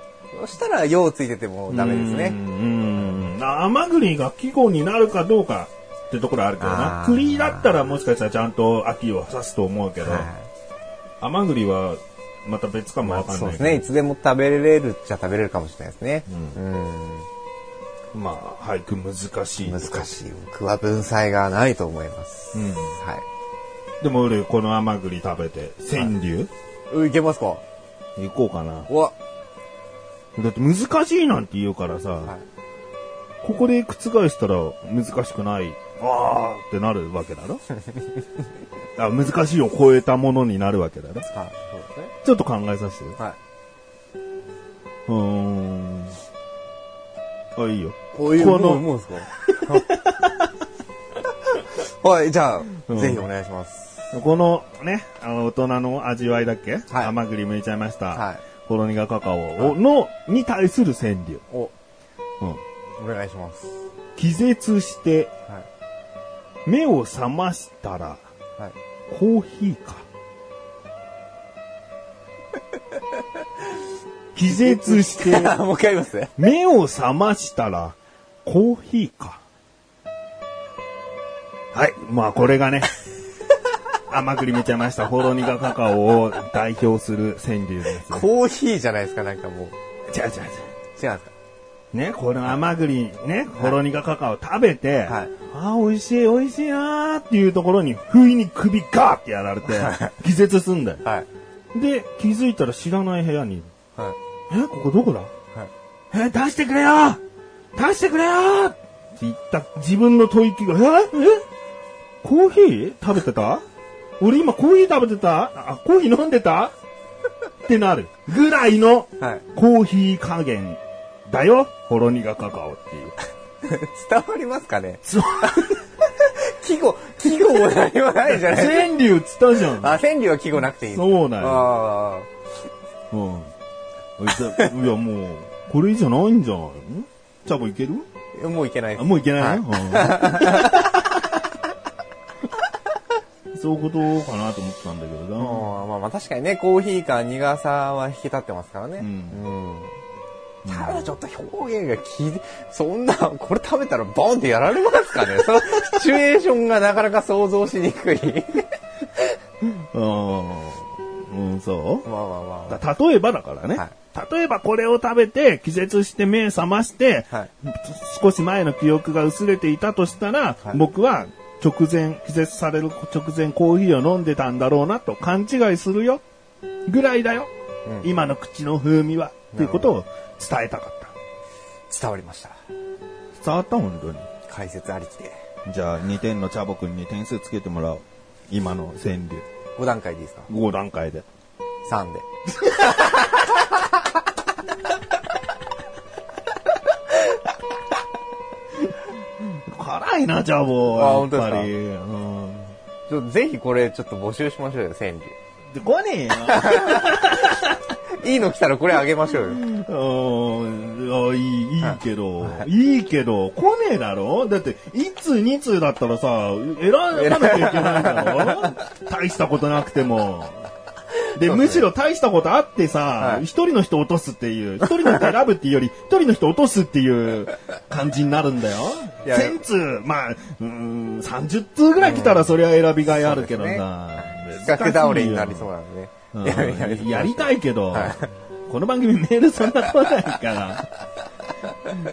Speaker 2: そしたら、ようついててもダメです
Speaker 1: う
Speaker 2: ね。
Speaker 1: ん。うん甘栗が季語になるかどうかってところあるけどな。
Speaker 2: あー
Speaker 1: 栗だったらもしかしたらちゃんと秋を指すと思うけど、
Speaker 2: はい
Speaker 1: 甘栗はまた別かもわかんないけど。
Speaker 2: そうですね。いつでも食べれるっちゃ食べれるかもしれないですね。うん。
Speaker 1: まあ、俳句難しい。
Speaker 2: 難しい。僕は文才がないと思います。
Speaker 1: うん
Speaker 2: はい。
Speaker 1: でも俺、この甘栗食べて、川柳、
Speaker 2: うんいけますか
Speaker 1: 行こうかな。
Speaker 2: うわ、
Speaker 1: だって難しいなんて言うからさ、
Speaker 2: はい
Speaker 1: ここで覆したら難しくない。あーってなるわけだろあ難しいを超えたものになるわけだろ
Speaker 2: はい、そうですね。
Speaker 1: ちょっと考えさせてよ。
Speaker 2: は
Speaker 1: うーん。あ、いいよ。
Speaker 2: い。こういう
Speaker 1: こ
Speaker 2: も
Speaker 1: の
Speaker 2: の、もうです かはい、じゃあ、
Speaker 1: うん
Speaker 2: ぜひお願いします。
Speaker 1: このね、あの大人の味わいだっけ、
Speaker 2: はい
Speaker 1: 甘栗剥いちゃいました。
Speaker 2: はい
Speaker 1: ほろ苦カカオをの、に対する川柳。
Speaker 2: お、
Speaker 1: うん。
Speaker 2: お願いします。
Speaker 1: 気絶して、
Speaker 2: は
Speaker 1: 目を覚ましたら、
Speaker 2: い。はい。
Speaker 1: コーヒー か。気絶して、
Speaker 2: あ もう一回言いますね。
Speaker 1: 目を覚ましたら、コーヒーか。はい。まあ、これが ね、甘栗めちゃいました。ほろ苦カカオを代表する川柳です、ね。
Speaker 2: コーヒーじゃないですか、なんかもう。
Speaker 1: 違う違う違
Speaker 2: 違うんですか
Speaker 1: う。ね、この甘栗、ね、ほろ苦カカオ食べて、
Speaker 2: はい
Speaker 1: ああ、美味しい、美味しいなーっていうところに、不意に首ガーってやられて、 気絶すんだよ。
Speaker 2: はい。
Speaker 1: で、気づいたら知らない部屋にいる。
Speaker 2: はい。
Speaker 1: え、ここどこだ
Speaker 2: はい。
Speaker 1: え、出してくれよ出してくれよって言った自分の吐息が、ええコーヒー食べてた俺今コーヒー食べてたあ、コーヒー飲んでたってなる。ぐらいの
Speaker 2: はい。
Speaker 1: コーヒー加減だよ。ほろ苦カカオっていう。
Speaker 2: 伝わりますかね
Speaker 1: そう、
Speaker 2: 季語、季語も何もないじゃないですか。
Speaker 1: 川柳っつったじゃん。
Speaker 2: あ、川柳は季語なくていいんです
Speaker 1: そうなんよ
Speaker 2: あ
Speaker 1: うん。いや、いやもう、これ以上ないんじゃないのチャボいける
Speaker 2: あ。もういけないで
Speaker 1: あ
Speaker 2: す。
Speaker 1: もういけないね、 うんそういうことかなと思ってたんだけどな。
Speaker 2: うんまあまあ確かにね、コーヒーか苦さは引き立ってますからね。
Speaker 1: うん
Speaker 2: うんただちょっと表現がき、そんな、これ食べたらボンってやられます かねそのシチュエーションがなかなか想像しにくい。
Speaker 1: うん。うん、そ
Speaker 2: まあまあまあ、ま
Speaker 1: うだ例えばだからね。
Speaker 2: はい
Speaker 1: 例えばこれを食べて、気絶して目覚まして、
Speaker 2: はい
Speaker 1: 少し前の記憶が薄れていたとしたら、
Speaker 2: はい
Speaker 1: 僕は直前、気絶される直前コーヒーを飲んでたんだろうなと勘違いするよ。ぐらいだよ。
Speaker 2: うん
Speaker 1: 今の口の風味は。っていうことを伝えたかった。
Speaker 2: あ、伝わりました。
Speaker 1: 伝わった本当に。
Speaker 2: 解説ありきで。
Speaker 1: じゃあ、2点のチャボくんに点数つけてもらおう。今の川柳。
Speaker 2: 5段階でいいですか
Speaker 1: 5段階で。
Speaker 2: ?3 で。
Speaker 1: 辛いな、チャボ。
Speaker 2: あ本当
Speaker 1: やっぱり
Speaker 2: で
Speaker 1: うん。
Speaker 2: ちょぜひこれちょっと募集しましょうよ、川柳。
Speaker 1: で、来ねえよ。
Speaker 2: いいの来たらこれあげましょうよ。
Speaker 1: うんあいい、いいけど、
Speaker 2: はい
Speaker 1: いいけど、来ねえだろだって、1通2通だったらさ、選ばなきゃいけないんだろ大したことなくても。で、
Speaker 2: そう
Speaker 1: む
Speaker 2: ですね
Speaker 1: しろ大したことあってさ
Speaker 2: は、い
Speaker 1: 一、人の人落とすっていう、一人の人選ぶっていうより、一人の人落とすっていう感じになるんだよ。
Speaker 2: いや
Speaker 1: 1000通、まあ、うーん、30通ぐらい来たらそりゃ選びがいあるけどさ。
Speaker 2: 企画倒れになりそう
Speaker 1: だ
Speaker 2: なので。
Speaker 1: うん
Speaker 2: いやいやいや
Speaker 1: やりたいけど
Speaker 2: はい、
Speaker 1: この番組メールそんな来ないから、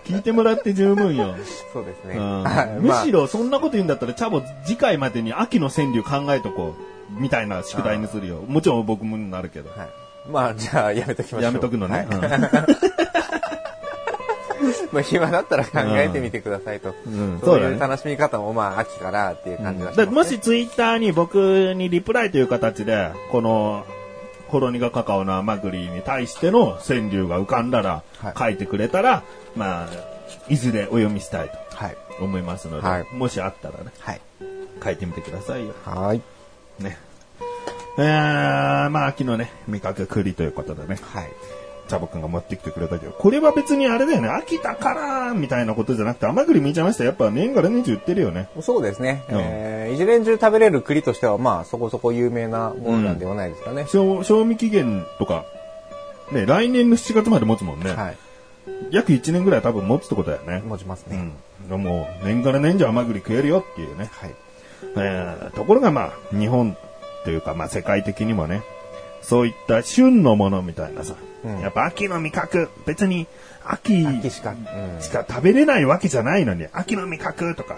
Speaker 1: 聞いてもらって十分よ。
Speaker 2: そうですね。
Speaker 1: うん
Speaker 2: はい
Speaker 1: むし、ろそんなこと言うんだったら、チャボ次回までに秋の川柳考えとこう、みたいな宿題にするよ。もちろん僕もなるけど。
Speaker 2: まあはいまあ、じゃあ、やめときましょう。
Speaker 1: やめとくの
Speaker 2: は
Speaker 1: ね
Speaker 2: い。
Speaker 1: うん
Speaker 2: まあ、暇だったら考えてみてくださいと。
Speaker 1: ん
Speaker 2: そう
Speaker 1: そうだ
Speaker 2: い
Speaker 1: ね
Speaker 2: う楽しみ方も、まあ、秋からっていう感じがします、
Speaker 1: だもしツイッターに僕にリプライという形で、この、ほろ苦カカオの甘栗に対しての川柳が浮かんだら
Speaker 2: はい、
Speaker 1: 書いてくれたら、まあ、いずれお読みしたい
Speaker 2: はい。
Speaker 1: と思いますので、
Speaker 2: はい
Speaker 1: もしあったらね、
Speaker 2: はい。
Speaker 1: 書いてみてくださいよ。
Speaker 2: はい。
Speaker 1: ね。えー、まあ、秋のね、味覚栗ということでね、
Speaker 2: はい。
Speaker 1: チャボくんが持ってきてくれたけど、これは別にあれだよね、秋だから、みたいなことじゃなくて、甘栗見ちゃいました。やっぱ年がら年中売ってるよね。
Speaker 2: そうですね。
Speaker 1: うん
Speaker 2: えー一年中食べれる栗としては、まあ、そこそこ有名なものなんではないですかね。
Speaker 1: 賞賞味期限とか、ね、来年の7月まで持つもんね。
Speaker 2: はい。
Speaker 1: 約1年ぐらい多分持つってことだよね。
Speaker 2: 持ちます
Speaker 1: う
Speaker 2: ね。
Speaker 1: ん。でもう、年がら年中甘栗食えるよっていうね。
Speaker 2: はい。
Speaker 1: えーところがまあ、日本というかまあ世界的にもね、そういった旬のものみたいなさ、
Speaker 2: うん
Speaker 1: やっぱ秋の味覚、別に秋
Speaker 2: 秋しか、うん
Speaker 1: しか食べれないわけじゃないのに、秋の味覚とか、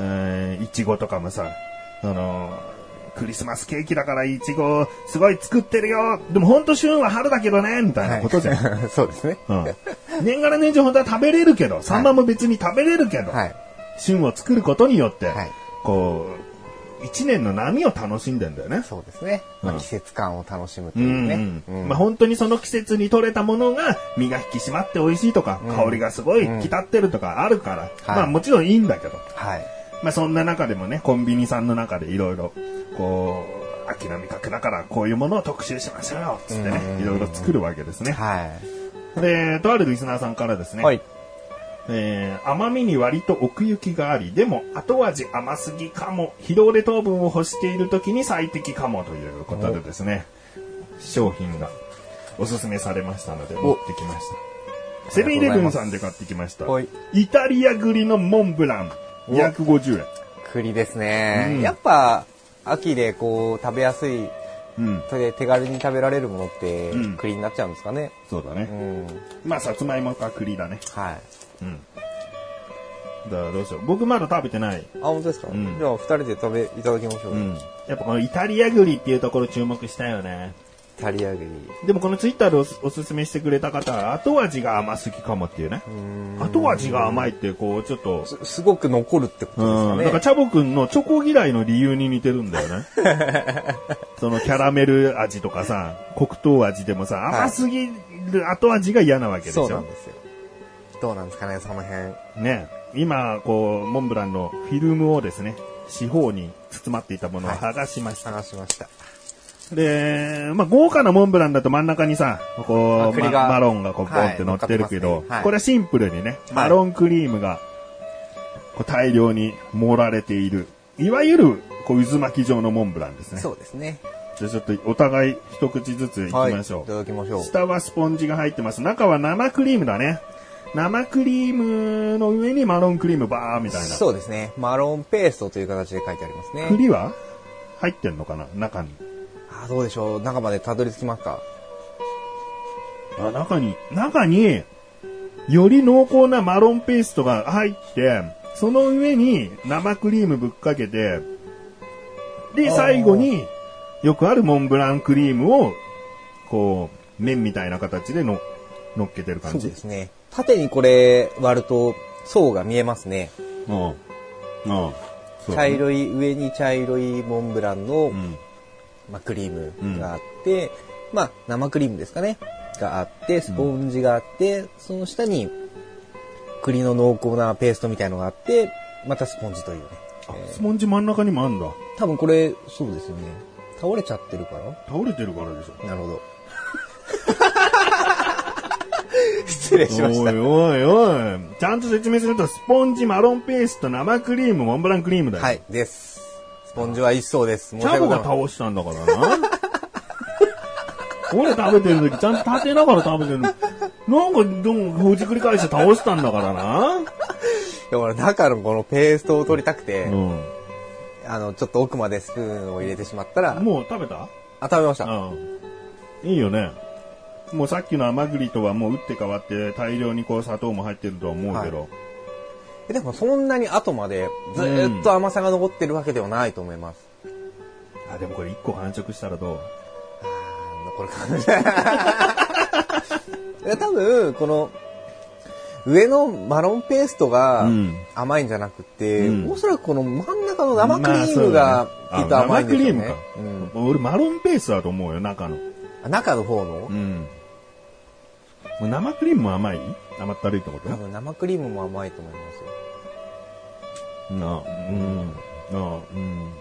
Speaker 1: うん、いちごとかもさ、あのー、クリスマスケーキだからいちごすごい作ってるよでもほんと旬は春だけどねみたいなことじゃん。
Speaker 2: はい、 そうですね。
Speaker 1: うん。年がら年中本当は食べれるけど、サンマも別に食べれるけど、
Speaker 2: はい。
Speaker 1: 旬を作ることによって、
Speaker 2: はい
Speaker 1: こう、一年の波を楽しんでんだよね。
Speaker 2: そうですね。まあ
Speaker 1: うん
Speaker 2: 季節感を楽しむと
Speaker 1: う
Speaker 2: い
Speaker 1: ん
Speaker 2: う
Speaker 1: う
Speaker 2: ね
Speaker 1: ん。
Speaker 2: うん
Speaker 1: まあ本当にその季節に採れたものが身が引き締まって美味しいとか、香りがすごい引き立ってるとかあるから、まあもちろんいいんだけど、
Speaker 2: はい。
Speaker 1: まあそんな中でもね、コンビニさんの中でいろいろ、こう、秋の味覚だからこういうものを特集しましょうよっつって
Speaker 2: うんうんう
Speaker 1: ね、
Speaker 2: ん
Speaker 1: いろいろ作るわけですね。
Speaker 2: は
Speaker 1: で、とあるリスナーさんからです
Speaker 2: い。
Speaker 1: ね、
Speaker 2: はい。
Speaker 1: えー甘みに割と奥行きがあり、でも後味甘すぎかも、疲労で糖分を欲している時に最適かもということでですね、商品がおすすめされましたので持ってきました。セブンイレブンさんで買ってきました。
Speaker 2: はい
Speaker 1: イタリア栗のモンブラン、
Speaker 2: お
Speaker 1: 250円。
Speaker 2: 栗です
Speaker 1: う
Speaker 2: ね
Speaker 1: ん。
Speaker 2: やっぱ、秋でこう、食べやすい、
Speaker 1: うん、
Speaker 2: 手手軽に食べられるものって
Speaker 1: うん、
Speaker 2: 栗になっちゃうんですかね。
Speaker 1: そうだ
Speaker 2: う
Speaker 1: ね。
Speaker 2: ん。
Speaker 1: まあ、さつまいもか栗だね。
Speaker 2: はい。
Speaker 1: うん。だからどうしよう。僕まだ食べてない。
Speaker 2: あ、本当ですか、
Speaker 1: ん
Speaker 2: じゃあ、二人で食べ、いただきましょう。
Speaker 1: うん。やっぱこのイタリア栗っていうところ注目したよね。
Speaker 2: イタリア栗。
Speaker 1: でもこのツイッターでおすおすすめしてくれた方は後味が甘すぎかもっていうね。
Speaker 2: うん
Speaker 1: 後味が甘いってこうちょっと、
Speaker 2: すすごく残るってことです
Speaker 1: う
Speaker 2: か
Speaker 1: ん。
Speaker 2: ね。
Speaker 1: だからチャボくんのチョコ嫌いの理由に似てるんだ よね。そのキャラメル味とかさ、黒糖味でもさ、
Speaker 2: い
Speaker 1: 甘すぎる後味が嫌なわけでし
Speaker 2: そうな
Speaker 1: ょ
Speaker 2: ん。ですよ。どうなんですかね、その辺。
Speaker 1: ね。今、こう、モンブランのフィルムをですね、四方に包まっていたものを剥がしました。
Speaker 2: 探しました。
Speaker 1: で、まあ、豪華なモンブランだと真ん中にさ、こ
Speaker 2: あ
Speaker 1: う、ま
Speaker 2: 栗が
Speaker 1: マロンがこう、ポン
Speaker 2: はい
Speaker 1: って乗ってるけど
Speaker 2: 乗っかってますね、はい
Speaker 1: これはシンプルにね、マロンクリームが、こう、大量に盛られている、いわゆる、こう、渦巻き状のモンブランですね。
Speaker 2: そうですね。
Speaker 1: じゃあちょっと、お互い一口ずつ行きまし
Speaker 2: は
Speaker 1: ょ。
Speaker 2: い、いうただきましょう。
Speaker 1: 下はスポンジが入ってます。中は生クリームだね。生クリームの上にマロンクリームバーみたいな。
Speaker 2: そうですね。マロンペーストという形で書いてありますね。
Speaker 1: 栗は入ってんのかな中に。
Speaker 2: あどうでしょう。中までたどり着きますか。
Speaker 1: あ、中に、中に、より濃厚なマロンペーストが入って、その上に生クリームぶっかけて、で、
Speaker 2: あー
Speaker 1: 最後によくあるモンブランクリームを、こう、麺みたいな形での、乗っけてる
Speaker 2: そ
Speaker 1: 感
Speaker 2: う
Speaker 1: じ。
Speaker 2: ですね。縦にこれ割ると層が見えますね。
Speaker 1: うん。うん。そう
Speaker 2: 茶
Speaker 1: だね
Speaker 2: 色い、上に茶色いモンブランの、
Speaker 1: うん。
Speaker 2: まあ、クリームがあって、まあ生クリームですかね。があって、スポンジがあって、その下に栗の濃厚なペーストみたいのがあって、またスポンジというね。
Speaker 1: あ
Speaker 2: えー
Speaker 1: スポンジ真ん中にもあんだ。
Speaker 2: 多分これ、そうですよね。倒れちゃってるから
Speaker 1: 倒れてるからでしょ。
Speaker 2: なるほど。 失礼しまし
Speaker 1: おい
Speaker 2: た。
Speaker 1: おいおい。ちゃんと説明すると、スポンジ、マロンペースト、生クリーム、モンブランクリームだよ。
Speaker 2: はい、です。スポンジは一層です。申し
Speaker 1: チャ
Speaker 2: 訳ご
Speaker 1: ボ
Speaker 2: ざ
Speaker 1: が
Speaker 2: いま
Speaker 1: 倒
Speaker 2: せん
Speaker 1: したんだからな。俺食べてる時ちゃんと立てながら食べてるの。なんか、でも、ほじくり返して倒したんだからな。
Speaker 2: でも俺中のこのペーストを取りたくて、
Speaker 1: う
Speaker 2: あの、ちょっと奥までスプーンを入れてしまったら
Speaker 1: ん。、もう食べた
Speaker 2: あ、食べました。
Speaker 1: うん。いいよね。もうさっきの甘栗とはもう打って変わって大量にこう砂糖も入ってるとは思うけど。
Speaker 2: えでもそんなに後までずーっと甘さが残ってるわけではないと思います。
Speaker 1: あ、でもこれ1個完食したらどう
Speaker 2: あーこれ感 じ。多分、この、上のマロンペーストが
Speaker 1: うん
Speaker 2: 甘いんじゃなくて、
Speaker 1: うん
Speaker 2: おそらくこの真ん中の生クリームがきっ
Speaker 1: まあそ
Speaker 2: と
Speaker 1: うだね
Speaker 2: 甘いんでしょうね。
Speaker 1: あ生ク
Speaker 2: う
Speaker 1: リーム
Speaker 2: ん
Speaker 1: か。俺マロンペーストだと思うよ、中の。
Speaker 2: あ中の方の、
Speaker 1: うん。もう生クリームも甘い甘ったるいってこと
Speaker 2: 多分生クリームも甘いと思いますよ。
Speaker 1: なうん。なうん。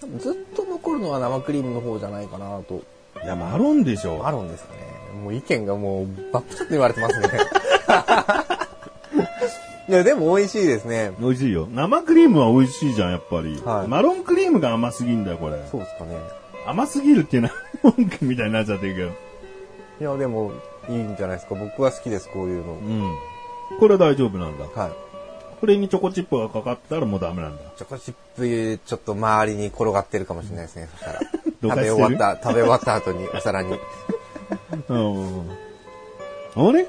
Speaker 2: 多分ずっと残るのは生クリームの方じゃないかなと。
Speaker 1: いや、マロンでしょ。
Speaker 2: マロンですかね。もう意見がもうバップチャって言われて ますね。いや、でも美味しいですね。
Speaker 1: 美味しいよ。生クリームは美味しいじゃん、やっぱり。
Speaker 2: はい
Speaker 1: マロンクリームが甘すぎんだよ、これ。
Speaker 2: そうですかね。
Speaker 1: 甘すぎるっていうのは、文句みたいになっちゃってるけど。
Speaker 2: いや、でもいいんじゃないですか。僕は好きです、こういうの。
Speaker 1: うん。これは大丈夫なんだ。
Speaker 2: はい。
Speaker 1: これにチョコチップがかかったらもうダメなんだ。
Speaker 2: チョコチップ、ちょっと周りに転がってるかもしれないですね、そしたら。
Speaker 1: ど
Speaker 2: 食
Speaker 1: か
Speaker 2: べ
Speaker 1: し
Speaker 2: 終
Speaker 1: て
Speaker 2: わっ
Speaker 1: る
Speaker 2: た、食べ終わった後にお皿に。
Speaker 1: うん。あれ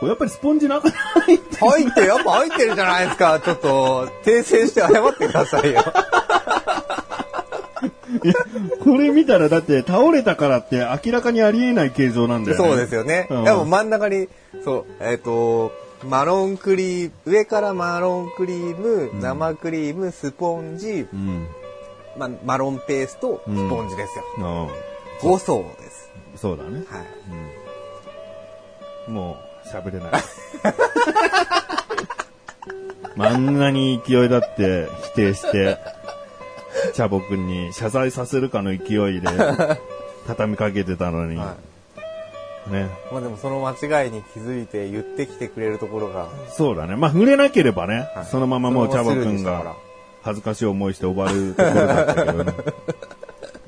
Speaker 1: これやっぱりスポンジ中に入って
Speaker 2: 入って、やっぱ入ってるじゃないですか。ちょっと、訂正して謝ってくださいよ。
Speaker 1: いや これ見たらだって倒れたからって明らかにありえない形状なんだよね。
Speaker 2: そうですよね。
Speaker 1: うん
Speaker 2: でも真ん中に、そう、えっ、と、マロンクリーム、上からマロンクリーム、生クリーム、スポンジ、
Speaker 1: うん。
Speaker 2: ま、マロンペースト、
Speaker 1: うん
Speaker 2: スポンジですよ。
Speaker 1: うん。
Speaker 2: 5層です。
Speaker 1: そうだね。
Speaker 2: はい。
Speaker 1: もう、喋れ ない。漫画に勢いだって否定して、チャボくんに謝罪させるかの勢いで、畳みかけてたのに、
Speaker 2: は
Speaker 1: ね。
Speaker 2: い。まあでもその間違いに気づいて言ってきてくれるところが、
Speaker 1: そうだね。まあ、触れなければね、
Speaker 2: はい
Speaker 1: そのままもうチ
Speaker 2: そ
Speaker 1: ャボ
Speaker 2: のま
Speaker 1: く
Speaker 2: まスルーで
Speaker 1: ん
Speaker 2: したから
Speaker 1: が恥ずかしい思いして終わるところだったけど ね。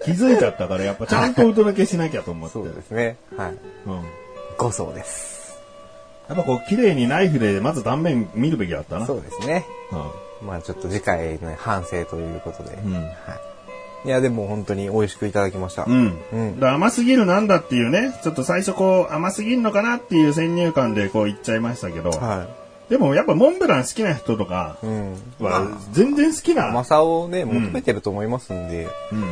Speaker 1: 気づいちゃったから、やっぱちゃんと音だけしなきゃと思って。
Speaker 2: そうですね。はい。
Speaker 1: うん。
Speaker 2: 5層です。
Speaker 1: やっぱこう、綺麗にナイフでまず断面見るべきだったな。
Speaker 2: そうですね。
Speaker 1: うん
Speaker 2: まあちょっと次回の反省ということで。
Speaker 1: ん
Speaker 2: はい。いや、でも本当に美味しくいただきました。
Speaker 1: うん。
Speaker 2: うん
Speaker 1: だから甘すぎるなんだっていうね、ちょっと最初こう、甘すぎるのかなっていう先入観でこう言っちゃいましたけど、
Speaker 2: は
Speaker 1: でもやっぱモンブラン好きな人とか
Speaker 2: い。うん。
Speaker 1: は全然好きな、
Speaker 2: 甘さをね、求めてると思いますんで。
Speaker 1: うん
Speaker 2: うん。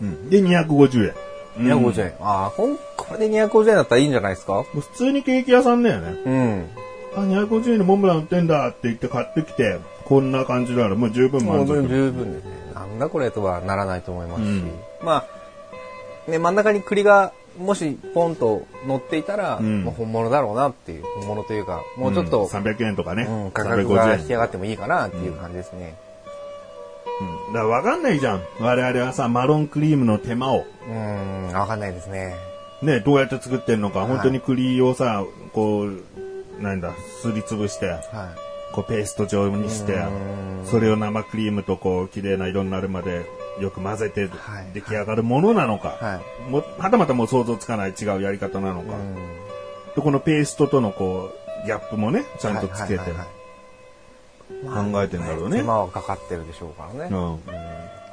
Speaker 1: うんで250円。
Speaker 2: 250円。ああ、こんこれで250円だったらいいんじゃないですか
Speaker 1: もう普通にケーキ屋さんだよね。
Speaker 2: うん。
Speaker 1: あ、250円でモンブラン売ってんだって言って買ってきて、こんな感じならもう十分
Speaker 2: も
Speaker 1: 満
Speaker 2: う
Speaker 1: 足。
Speaker 2: 十分ですね。なんだこれとはならないと思いますし。
Speaker 1: うん
Speaker 2: まあ、ね、真ん中に栗が、もしポンと乗っていたら、
Speaker 1: ん
Speaker 2: もう本物だろうなっていう、本物というか、もうちょっ
Speaker 1: うん
Speaker 2: と、
Speaker 1: 300円とかね。
Speaker 2: うん、価格
Speaker 1: 350
Speaker 2: が引
Speaker 1: 円
Speaker 2: き。上がってもいいかなっていう感じですね。
Speaker 1: うんだからわかんないじゃん。我々はさ、マロンクリームの手間を。
Speaker 2: うーん、わかんないですね。
Speaker 1: ね、どうやって作ってんのか、
Speaker 2: い
Speaker 1: 本当に栗をさ、こう、なんだ、すりつぶして、
Speaker 2: は
Speaker 1: こうペースト状にして
Speaker 2: う、
Speaker 1: それを生クリームとこう、綺麗な色になるまでよく混ぜて
Speaker 2: はい
Speaker 1: 出来上がるものなの
Speaker 2: い。
Speaker 1: か、
Speaker 2: はい。
Speaker 1: もはたまたもう想像つかない違うやり方なのか
Speaker 2: う、ん
Speaker 1: でこのペーストとのこう、ギャップもね、ちゃんとつけて
Speaker 2: はいはいはいはい
Speaker 1: 考えてんだろうね
Speaker 2: 手。間はかかってるでしょうから
Speaker 1: う
Speaker 2: ね。
Speaker 1: ん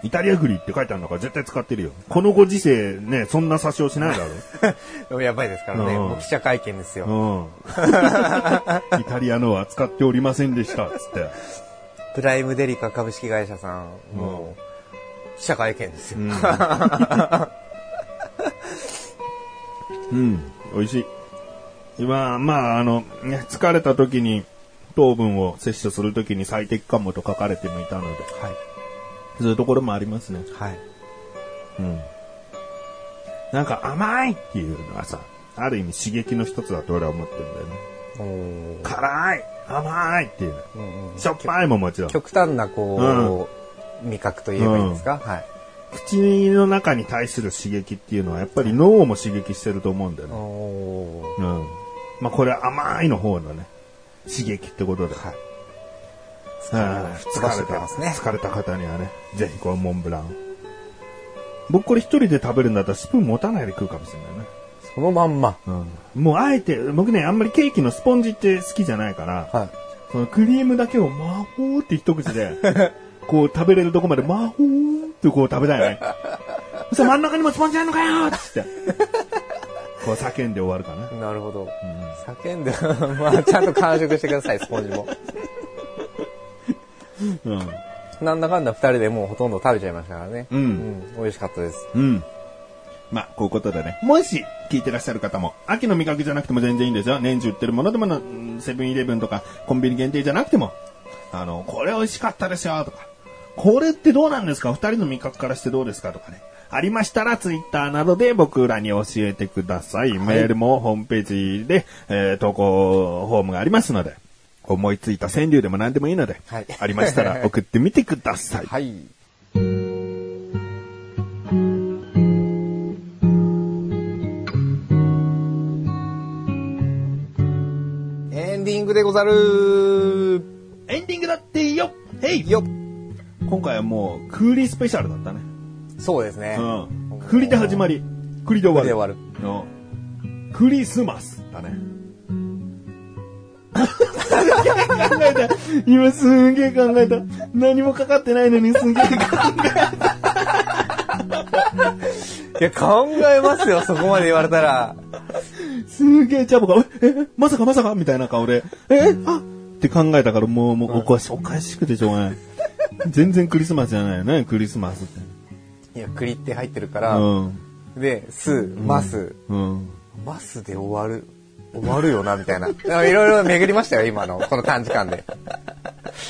Speaker 1: イタリア栗って書いてあるんだから絶対使ってるよ。このご時世ね、そんな差し押しないだろ
Speaker 2: でもやばいですからね。
Speaker 1: うん
Speaker 2: もう記者会見ですよ。
Speaker 1: うん。イタリアのは使っておりませんでした、つって。
Speaker 2: プライムデリカ株式会社さん、もう、記者会見ですよ。
Speaker 1: うん、美味しい。まあ、まあ、あの、ね、疲れた時に、糖分を摂取する時に最適かもと書かれてもいたので、
Speaker 2: はい。
Speaker 1: そういうところもありますね。
Speaker 2: はい。
Speaker 1: うん。なんか甘いっていうのはさ、ある意味刺激の一つだと俺は思ってるんだよね。
Speaker 2: おー
Speaker 1: 辛い甘いっていう。
Speaker 2: うんうん
Speaker 1: しょっぱいももちろん。
Speaker 2: 極端な、こう、味覚と言えばいいんですかはい。
Speaker 1: 口の中に対する刺激っていうのはやっぱり脳も刺激してると思うんだよね。
Speaker 2: おー
Speaker 1: うん。まあこれは甘いの方のね、刺激ってことで。
Speaker 2: はい。
Speaker 1: ああ
Speaker 2: 疲れてますね
Speaker 1: 疲れた方にはね、ぜひこうモンブランを。僕これ一人で食べるんだったらスプーン持たないで食うかもしれないね。
Speaker 2: そのまんま。
Speaker 1: うん。もうあえて、僕ね、あんまりケーキのスポンジって好きじゃないから、
Speaker 2: はい。
Speaker 1: そのクリームだけを魔法って一口 で、こう食べれるとこまで魔法ってこう食べたいよね。そしたら真ん中にもスポンジあるのかよっつって。こう叫んで終わるかな。
Speaker 2: なるほど。叫んで、まあ、ちゃんと完食してください、スポンジも。
Speaker 1: うん。
Speaker 2: なんだかんだ二人でもうほとんど食べちゃいましたからね。
Speaker 1: うん
Speaker 2: 美味しかったです。
Speaker 1: うん。まあ、こういうことでね。もし、聞いてらっしゃる方も、秋の味覚じゃなくても全然いいんですよ。年中売ってるものでもな、うんセブンイレブンとか、コンビニ限定じゃなくても、あの、これ美味しかったですよ、とか、これってどうなんですかお二人の味覚からしてどうですかとかね。ありましたら、ツイッターなどで僕らに教えてください。メールもホームページで、えー投稿フォームがありますので、思いついた川柳でも何でもいいので、
Speaker 2: はい
Speaker 1: ありました ら送ってみてください。
Speaker 2: はい。エンディングでござる
Speaker 1: エンディングだってよへい
Speaker 2: よっ
Speaker 1: 今回はもう、クーリスペシャルだったね。
Speaker 2: そうですね。
Speaker 1: うん。クーリで始まり、クーリで終わる。
Speaker 2: クリ
Speaker 1: うんクリスマスだね。考えた。今すんげえ考えた。何もかかってないのにすんげえ考えた。
Speaker 2: いや、考えま すよ、そこまで言われたら。
Speaker 1: すんげえチャボが、え、えまさかまさかみたいな顔で、え、あって考えたからもう、もうおかし、おかしくてしょうがない。全然クリスマスじゃないよね、クリスマスって。
Speaker 2: いや、栗って入ってるか
Speaker 1: う
Speaker 2: ら、
Speaker 1: ん。
Speaker 2: で、す、ます、
Speaker 1: うん。
Speaker 2: ますで終わる。終わるよな、みたいな。いろいろ巡りましたよ、今の、この短時間で。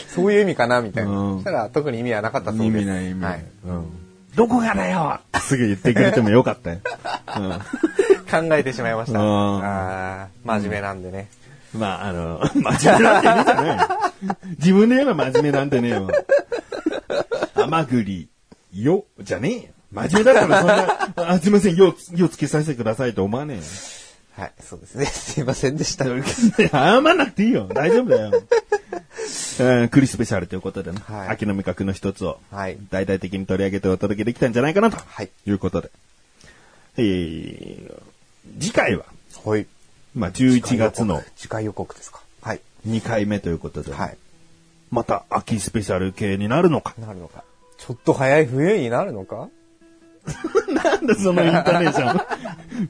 Speaker 2: そういう意味かな、みたいな。
Speaker 1: うん
Speaker 2: そしたら、特に意味はなかったそうです。
Speaker 1: 意味ない意味な
Speaker 2: はいい。。
Speaker 1: うん。どこがだよすぐ言ってくれてもよかったよ。うん。
Speaker 2: 考えてしまいました。
Speaker 1: うん
Speaker 2: ああ、真面目なんでね。
Speaker 1: まあ、あの、 真面目なんてねえじゃない。自分で言えば真面目なんてねえよ。甘栗、よ、じゃねえよ。真面目だったらそんな、あ、すいません、よ、よつけさせてくださいと思わねえよ。
Speaker 2: はい、そうですね。すいませんでした。はい。
Speaker 1: 謝んなくていいよ。大丈夫だよ。うん、クリスペシャルということでね、
Speaker 2: はい
Speaker 1: 秋の味覚の一つを、
Speaker 2: はい
Speaker 1: 大々的に取り上げてお届けできたんじゃないかなと、
Speaker 2: はいい、
Speaker 1: うことで。えー、次回は、
Speaker 2: はい。
Speaker 1: まあ、11月の
Speaker 2: 次回予告ですか。はい。
Speaker 1: 2回目ということで、
Speaker 2: はい。
Speaker 1: また秋スペシャル系になるのか。
Speaker 2: なるのか。ちょっと早い冬になるのか
Speaker 1: なんだそのインタネーション。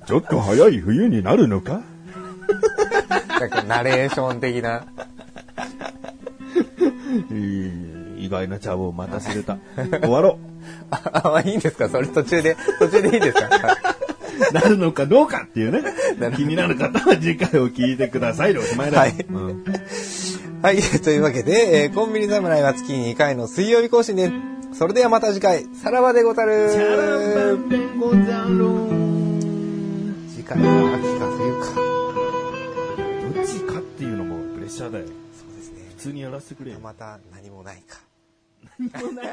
Speaker 1: ちょっと早い冬になるのか
Speaker 2: なんかナレーション的な。
Speaker 1: えー意外な茶をまた知れた。終わろ
Speaker 2: あ、あいいんですかそれ途中で、途中でいいですか
Speaker 1: う。なるのかどうかっていうね。気になる方は次回を聞いてくださいでおしまいだ。
Speaker 2: はい
Speaker 1: うん
Speaker 2: はい。というわけで、えーコンビニ侍は月に2回の水曜日更新です。それではまた次回、さらばでござる
Speaker 1: チャランバンでござろう
Speaker 2: 次回は秋か冬か。
Speaker 1: どっちかっていうのもプレッシャーだよ。
Speaker 2: そうですね。
Speaker 1: 普通にやらせてくれよ。
Speaker 2: また何もないか。
Speaker 1: 何もない